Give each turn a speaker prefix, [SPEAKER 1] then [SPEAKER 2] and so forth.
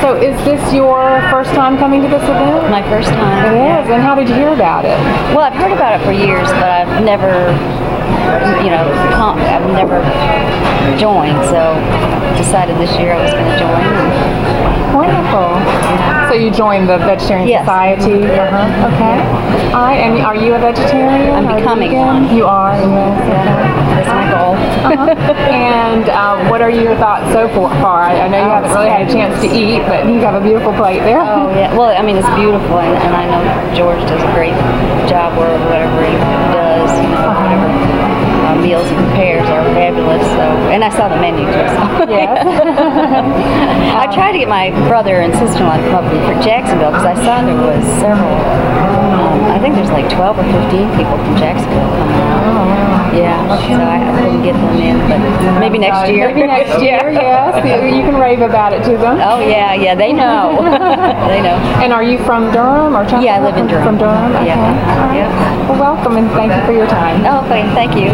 [SPEAKER 1] So is this your first time coming to this event?
[SPEAKER 2] My first
[SPEAKER 1] It
[SPEAKER 2] time.
[SPEAKER 1] is. And how did you hear about it?
[SPEAKER 2] Well, I've heard about it for years, but I've never, you know, com- I've never joined. So decided this year I was going to join.
[SPEAKER 1] Wonderful. So you joined the Vegetarian
[SPEAKER 2] Yes.
[SPEAKER 1] Society? Uh-huh. Okay. All right. And are you a vegetarian?
[SPEAKER 2] I'm
[SPEAKER 1] or
[SPEAKER 2] becoming
[SPEAKER 1] vegan?
[SPEAKER 2] one.
[SPEAKER 1] You are. Yes.
[SPEAKER 2] That's my goal.
[SPEAKER 1] Uh-huh. and um, what are your thoughts so fo- far? I, I know you
[SPEAKER 2] Oh,
[SPEAKER 1] haven't really had a chance to eat, but you have a beautiful plate there.
[SPEAKER 2] Oh yeah. Well, I mean, it's beautiful, and, and I know George does a great job or whatever he does. You know, whatever uh, meals he prepares are fabulous. So, and I saw the menu too. So.
[SPEAKER 1] Yes.
[SPEAKER 2] I tried to get my brother and sister-in-law to come up for Jacksonville because I saw there was several. Um, I think there's like 12 or 15 people from Jacksonville coming out.
[SPEAKER 1] Oh.
[SPEAKER 2] Yeah, so I, I couldn't get them in, but maybe next
[SPEAKER 1] Uh,
[SPEAKER 2] year.
[SPEAKER 1] Maybe next
[SPEAKER 2] Yeah.
[SPEAKER 1] year, yes. You, you can rave about it to them.
[SPEAKER 2] Oh yeah, yeah, they know. they know.
[SPEAKER 1] And are you from Durham or Chester?
[SPEAKER 2] Yeah, I live in
[SPEAKER 1] From
[SPEAKER 2] Durham.
[SPEAKER 1] Durham?
[SPEAKER 2] Yeah.
[SPEAKER 1] Okay. All right.
[SPEAKER 2] Yeah.
[SPEAKER 1] Well, welcome and thank you for your time.
[SPEAKER 2] Oh, Okay, thank you.